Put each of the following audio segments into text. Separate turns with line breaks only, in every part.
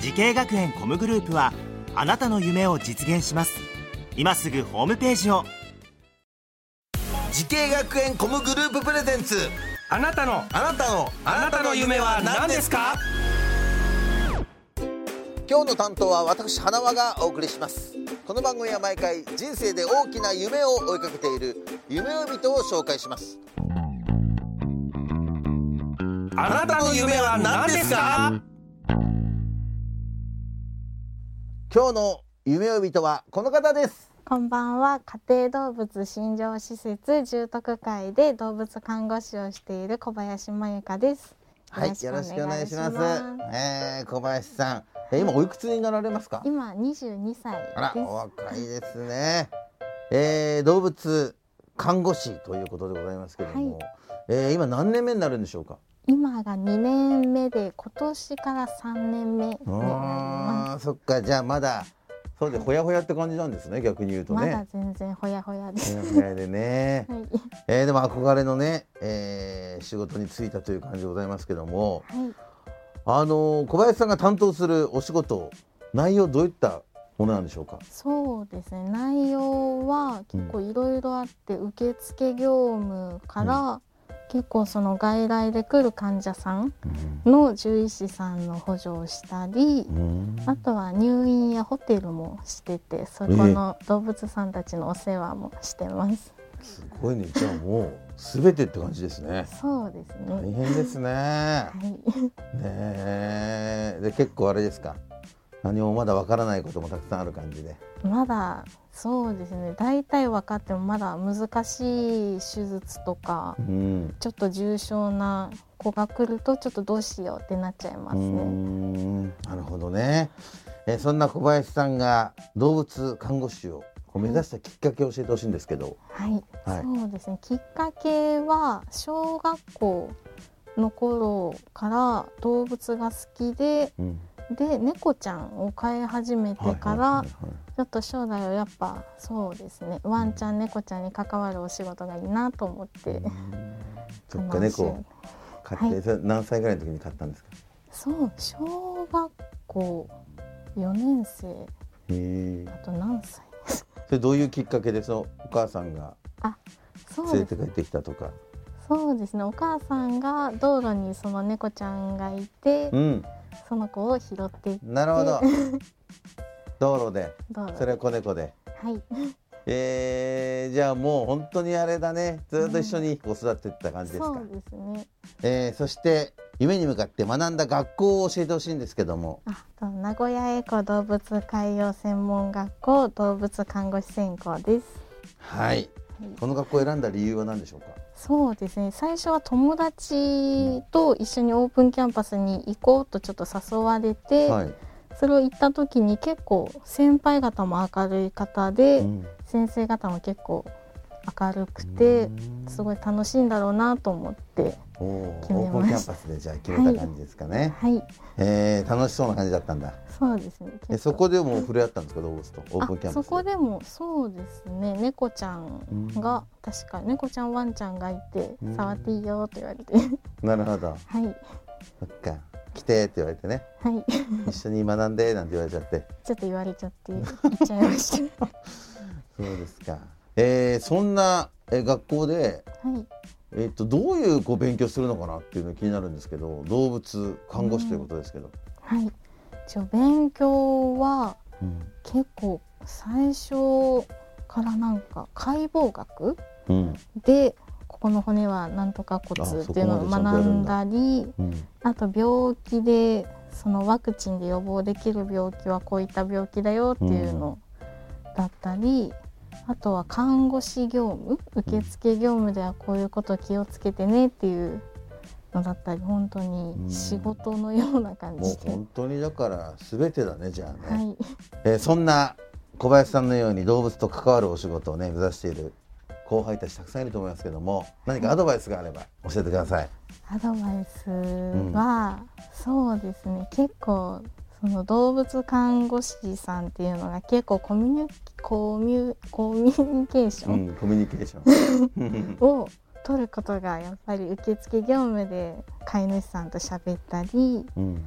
時系学園コムグループはあなたの夢を実現します今すぐホームページを
時系学園コムグループプレゼンツ
あなたの
あなたの
あなたの夢は何ですか
今日の担当は私花輪がお送りしますこの番組は毎回人生で大きな夢を追いかけている夢を人を紹介します
あなたの夢は何ですか
今日の夢を人はこの方です
こんばんは家庭動物診療施設住徳会で動物看護師をしている小林真由香です
はいよろしくお願いしますえー、小林さんえ今おいくつになられますか
今22歳
あらお
で
若いですねえー、動物看護師ということでございますけども、えー今何年目になるんでしょうか
す今が2年目で今年から3年目になりま
あーそっかじゃあまだそうでほやほやって感じなんですね逆に言う
す
と
ま
ね
だ。全然ほやほや
ほ
です、
やほやでね、
はい、
えーでも憧れのね、えー仕事に就いたという感じでございますけども、
はい、
あのー小林さんが担当するお仕事内容どういったものなんでしょうか。
そうですね内容は結構いろいろあって、受付業務から、結構その外来で来る患者さんの獣医師さんの補助をしたり、
うん
あとは入院やホテルもしててそこの動物さんたちのお世話もしてます、
すごいねじゃあもうすべてって感じですね。
そうですね、
大変ですね。
はい、
ねえで結構あれですか何もまだわからないこともたくさんある感じで。
まだそうですね大体分かってもまだ難しい手術とか
うん
ちょっと重症な子が来るとちょっとどうしようってなっちゃいます
うー
ね
んなるほどね。えーそんな小林さんが動物看護師をこう目指したきっかけを教えてほしいんですけど。
はい、
はい
そうですねきっかけは小学校の頃から動物が好きで
うん
で猫ちゃんを飼い始めてから、
はいはい
ちょっと将来はやっぱそうですねワンちゃん猫ちゃんに関わるお仕事がいいなと思って、
はいはいそっ
こ
か
の
猫を飼って、
はい
それ何歳ぐらいの時に飼ったんですか。
そう小学校4年生
へえ
あと何歳
それどういうきっかけでそのお母さんが
そう
連れ
で
て
す
帰ってきたとか。
そうですねお母さんが道路にその猫ちゃんがいて
うん
その子を拾って
なるほど。 道路で
道路
それは子猫で。
はい
えー、じゃあもう本当にあれだねずっと一緒に子育てってった感じですか、
そうですね
えーそして夢に向かって学んだ学校を教えてほしいんですけども
あと名古屋エコ動物海洋専門学校動物看護師専攻です
はいこの学校を選んだ理由は何でしょうか
そうですね最初は友達と一緒にオープンキャンパスに行こうとちょっと誘われて、
はい、
それを行った時に結構先輩方も明るい方で、
うん
先生方も結構明るくて、すごい楽しいんだろうなと思って
おおー
決めま
オ
し
ープン
た
キャンパスでじゃあ決めた感じですかね、
はい
えー楽しそうな感じだったんだ
そうですね結構
えそこでも触れ合ったんですか動物とオープンキャンパス
あそこでもそうですね猫ちゃんが、確か猫ちゃんワンちゃんがいて、
うん
触っていいよと言われて
なるほど
はい は
そっか来てって言われてね
い
一緒に学んでなんて言われちゃって
ちょっと言われちゃって行っちゃいました
そうですか。えー、そんな、えー学校で、
はい
えっ、と、どういうこう勉強するのかなっていうの気になるんですけど、動物看護師ということですけど。
はい、一応勉強は
うん。
結構最初からなんか解剖学
うん。
でここの骨はなんとか
あそこまで
骨っていうのを
ちゃんと
学
やるん
ん
だ
だり
うん。
あと病気でそのワクチンで予防できる病気はこういった病気だよっていうのだったり、あとは看護師業務受付業務ではこういうこと気をつけてねっていうのだったり本当
うん
に仕事のような感
もう
じで、
本当にだから全てだねじゃあね、
はい、
えーそんな小林さんのように動物と関わるお仕事をね目指している後輩たちたくさんいると思いますけども何かアドバイスがあれば教えてください。
アドバイスは、そうですね結構その動物看護師さんっていうのが結構コミュニコミュコミュニケーション、
うん、コミュニケーション
を取ることがやっぱり受付業務で飼い主さんと喋ったりい
うん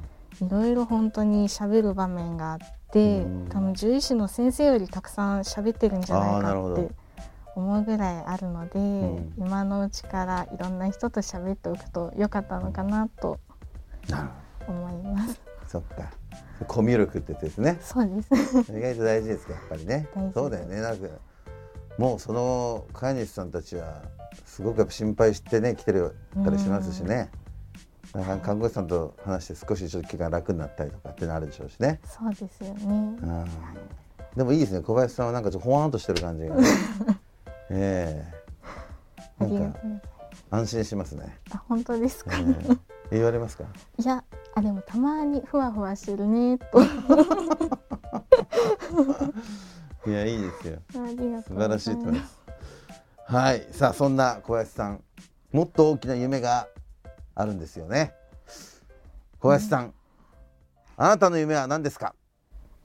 ろいろ本当に喋る場面があって、
うん
多分獣医師の先生よりたくさん喋ってるんじゃ
あー
ない
なるほ
かっ
ど
て思うぐらいあるので、
ん
今のうちからいろんな人と喋っておくと良かったのかなと
なる
思います。
そっかコミュ力ってやつですね
そうです。
意外と大事ですかやっぱりね
大事
そうだよねなんかもうその飼い主さんたちはすごくやっぱ心配してね来てるったりしますしね、なんか看護師さんと話して少しちょっと気が楽になったりとかっていうのあるでしょうしね、
そうですよね
う。ん、でもいいですね小林さんはなんかちょっとほわんとしてる感じ が、ね、ええ
ありがと
な
うんご
か
ざいます。
安心しますね、
あ本当です
え
か、
え 言われますか
いやあでもたまにふわふわしてるねとあ
いやいいですよ
りがと
素
うご
晴ら
ざいま
し
す
いと思います。はい、さあそんな小林さん、もっと大きな夢があるんですよね。小林さん、あなたの夢は何ですか？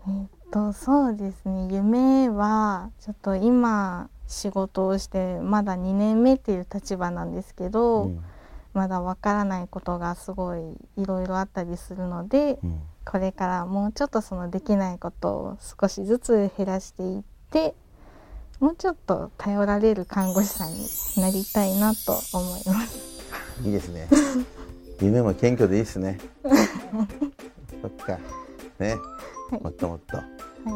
えーっとそうですね夢はちょっと今仕事をしてまだ2年目っていう立場なんですけど、まだわからないことがすごいいろいろあったりするのでこれからもうちょっとそのできないことを少しずつ減らしていってもうちょっと頼られる看護師さんになりたいなと思います。
いいですね。夢も謙虚でいいですね。そっか、ね、もっともっと
は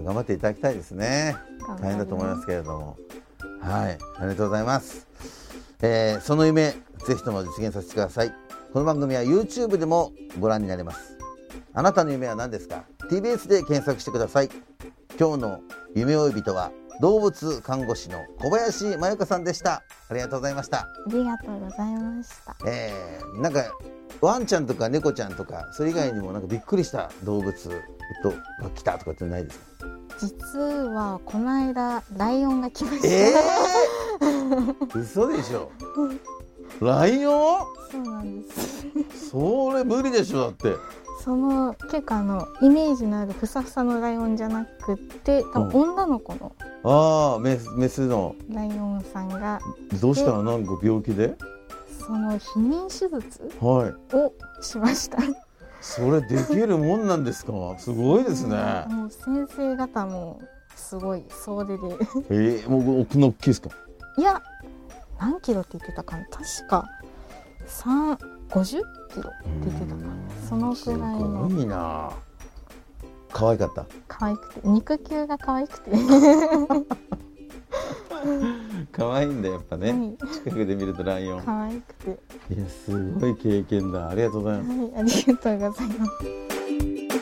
い、
頑張っていただきたいですね。大変だと思いますけれどもはいありがとうございます、えーその夢ぜひとも実現させてくださいこの番組は YouTube でもご覧になれますあなたの夢は何ですか TBS で検索してください今日の夢追い人は動物看護師の小林真由香さんでしたありがとうございました、
ありがとうございました。
えーなんかワンちゃんとか猫ちゃんとかそれ以外にもなんかびっくりした動物とが来たとかってないですか
実はこの間ライオンが来ました、
えー、嘘でしょライオン
そうなんです
それ無理でしょだって
その結構あのイメージのあるふさふさのライオンじゃなくって多分女の子の
ああメスメスの
ライオンさんが
どうしたらなんか病気で
その避妊手術
はい
をしました
それできるもんなんですかすごいですね
もう先生方もすごい総出で
えー、もう奥の大きいですか
いや何キロって言ってたかな確か3 50キロって言ってたかなそのくらいの
すごいな可愛かった
可愛くて肉球が可愛くて
可愛いんだやっぱね
はい
近くで見るとライオ
可愛くて
いやすごい経験だありがとうございます
はい、ありがとうございます。